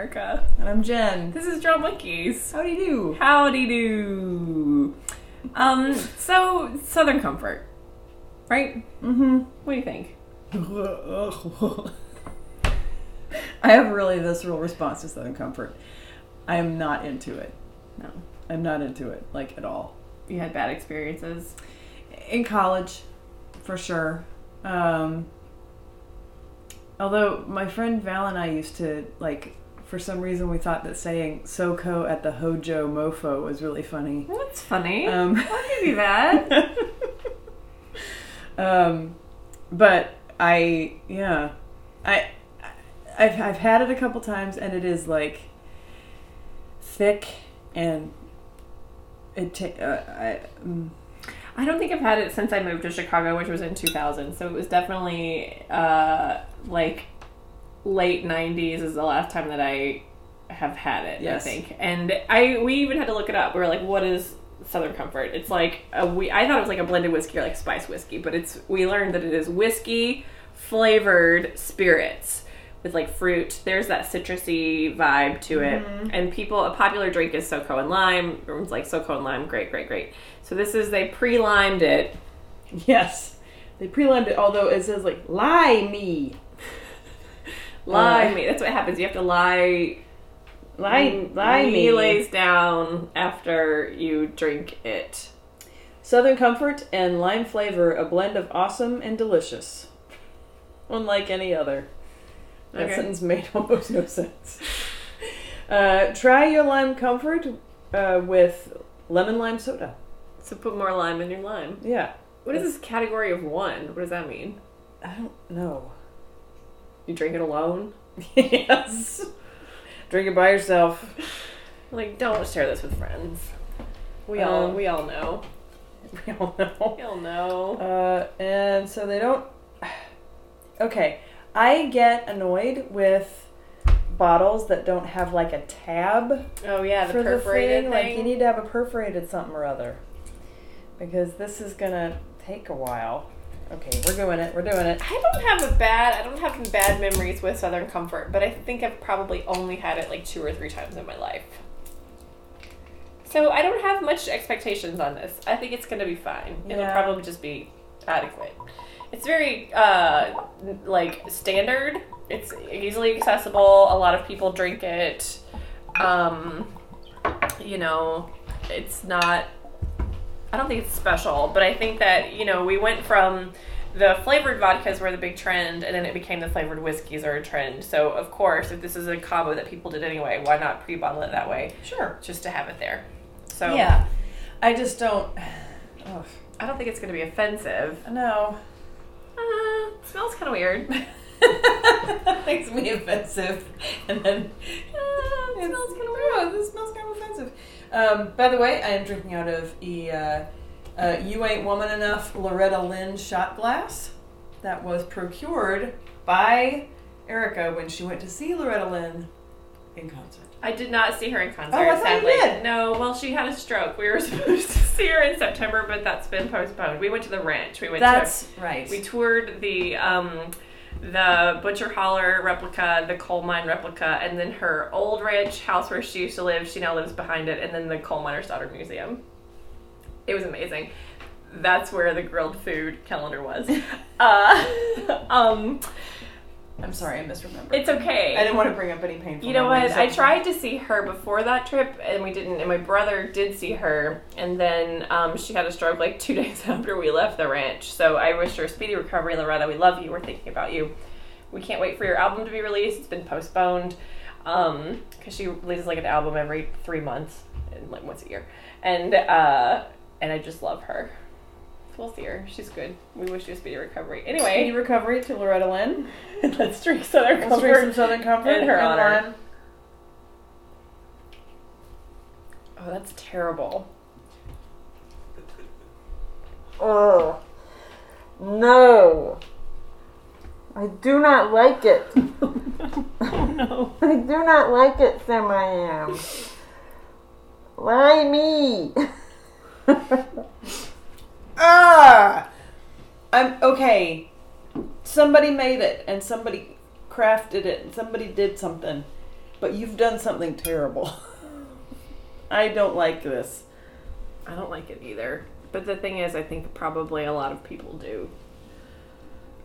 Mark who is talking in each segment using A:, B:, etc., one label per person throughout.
A: And I'm Jen.
B: This is John Wickies.
A: How do you do?
B: Howdy do. Um, so Southern Comfort, right?
A: Mm-hmm.
B: What do you think?
A: I have really visceral response to Southern Comfort. I am not into it.
B: No,
A: I'm not into it, like at all.
B: you had bad experiences.
A: In college, for sure. Um, although my friend Val and I used to like, for some reason, we thought that saying "Soko at the Hojo Mofo" was really funny.
B: Well, that's funny.
A: Um,
B: Why do you do that?
A: um, but I yeah, I I've I've had it a couple times and it is like thick and it ta- uh, I mm,
B: I don't think I've had it since I moved to Chicago, which was in 2000. So it was definitely uh, like late 90s is the last time that I have had it.
A: Yes.
B: I think, and I we even had to look it up. We were like, what is Southern Comfort? It's like a we. I thought it was like a blended whiskey or like spice whiskey, but it's we learned that it is whiskey flavored spirits. With like fruit, there's that citrusy vibe to it, and people a popular drink is SoCo and lime. Everyone's like SoCo and lime, great, great, great. So this is they pre-limed it.
A: yes. They pre-limed it, although it says like "lie me,
B: Lime, me. that's what happens. You have to lie
A: lie, lie
B: knee
A: me."
B: lays down after you drink it.
A: Southern comfort and lime flavor, a blend of awesome and delicious, unlike any other. That
B: Okay.
A: sentence made almost no sense. Uh, try your lime comfort uh, with lemon lime soda.
B: So put more lime in your lime.
A: Yeah,
B: What is this category of one? What does that mean?
A: I don't know.
B: You drink it alone?
A: yes, drink it by yourself.
B: Like don't share this with friends. We all
A: Um,
B: we all know.
A: We all know.
B: We all know.
A: Uh, and so they don't. Okay, I get annoyed with bottles that don't have like a tab
B: Oh yeah, the
A: for the
B: perforated
A: thing,
B: thing.
A: Like you need to have a perforated something or other, because this is gonna take a while. Okay, we're doing it. We're doing it.
B: I don't have a bad I don't have bad memories with Southern Comfort, but I think I've probably only had it like two or three times in my life. So I don't have much expectations on this. I think it's gonna be fine. It'll
A: Yeah.
B: probably just be adequate. It's very uh like standard. It's easily accessible. A lot of people drink it. Um you know, it's not I don't think it's special, but I think that, you know, we went from the flavored vodkas were the big trend, and then it became the flavored whiskeys are a trend. So, of course, if this is a combo that people did anyway, why not pre bottle it that way
A: Sure.
B: just to have it there? So,
A: Yeah. I just don't. Ugh.
B: I don't think it's going to be offensive.
A: No.
B: Uh, smells kind of weird.
A: Makes me offensive, and then ah,
B: Uh, it smells kind of weird.
A: Oh, this smells kind of offensive. Um, by the way, I am drinking out of a uh, uh, "You Ain't Woman Enough" Loretta Lynn shot glass that was procured by Erica when she went to see Loretta Lynn in concert.
B: I did not see her in concert.
A: Oh, I thought
B: sadly.
A: you did.
B: No, well, she had a stroke. We were supposed to see her in September, but that's been postponed. We went to the ranch. We went to
A: That's right.
B: We toured the um, the Butcher Holler replica, the coal mine replica, and then her old ranch house where she used to live. She now lives behind it, and then the coal miner's daughter museum. It was amazing. That's where the grilled food calendar was. Uh, um,
A: I'm sorry, I misremembered.
B: it's okay.
A: I didn't want to bring up any painful.
B: You know what?
A: memories.
B: I tried to see her before that trip, and we didn't. And my brother did see her, and then um, she had a stroke like two days after we left the ranch. So I wish her a speedy recovery, Loretta. We love you. We're thinking about you. We can't wait for your album to be released. It's been postponed because she releases like an album every three months and like once a year, and uh, and I just love her. So We'll see her. She's good. We wish you a speedy recovery.
A: Speedy
B: Anyway,
A: recovery to Loretta Lynn.
B: let's drink Southern
A: Let's drink some Southern Comfort
B: in her
A: and
B: honor.
A: lime.
B: Oh, that's terrible.
A: Oh, no. I do not like it.
B: Oh no.
A: I do not like it, Sam I am. Why me? ah! I'm okay. Somebody made it and somebody crafted it and somebody did something. but you've done something terrible. I don't like this.
B: I don't like it either. But the thing is, I think probably a lot of people do.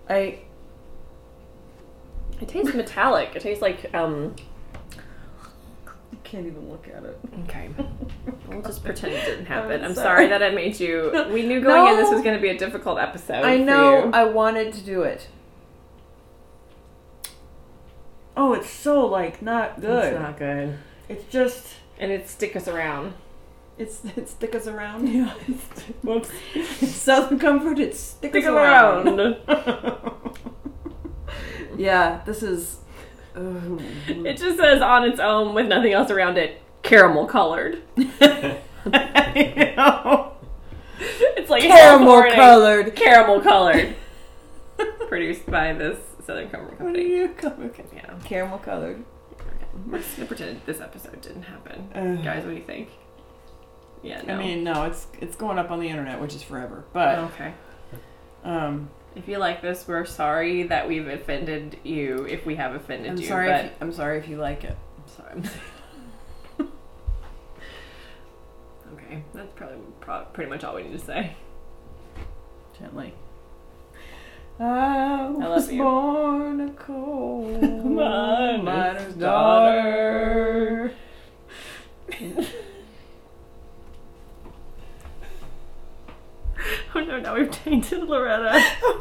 A: I
B: It tastes metallic. It tastes like um.
A: can't even look at it.
B: Okay. We'll just pretend it didn't happen.
A: I'm
B: I'm sorry
A: sorry.
B: that I made you. We knew going in this
A: No.
B: was going to be a difficult episode.
A: I
B: for
A: know
B: you.
A: I wanted to do it. Oh, it's so like not good.
B: It's not good.
A: It's just
B: And it stick us around.
A: it's it's thick as around. Yeah.
B: Whoops.
A: It's Southern Comfort, it's thick,
B: Stick
A: as
B: us
A: around.
B: around.
A: Yeah, this is Ooh.
B: It just says on its own with nothing else around it, caramel colored.
A: I know.
B: It's like
A: caramel
B: colored.
A: colored.
B: Caramel colored. Produced by this Southern Comfort
A: What are
B: Company.
A: you colored?
B: Yeah.
A: Caramel colored.
B: We're just gonna pretend this episode didn't happen.
A: Ugh.
B: Guys, what do you think? Yeah, no.
C: I mean, no, it's it's going up on the internet, which is forever. But
B: okay.
C: um,
B: If you like this, we're sorry that we've offended you if we have offended
C: I'm
B: you.
C: sorry.
B: but
C: If, I'm sorry if you like it.
B: I'm sorry. okay, that's probably pro- pretty much all we need to say.
C: Gently. I was
B: love you.
C: born a coal
B: Miner's
C: miner's
B: daughter.
C: daughter.
B: Oh no, now we've tainted Loretta.
C: Oh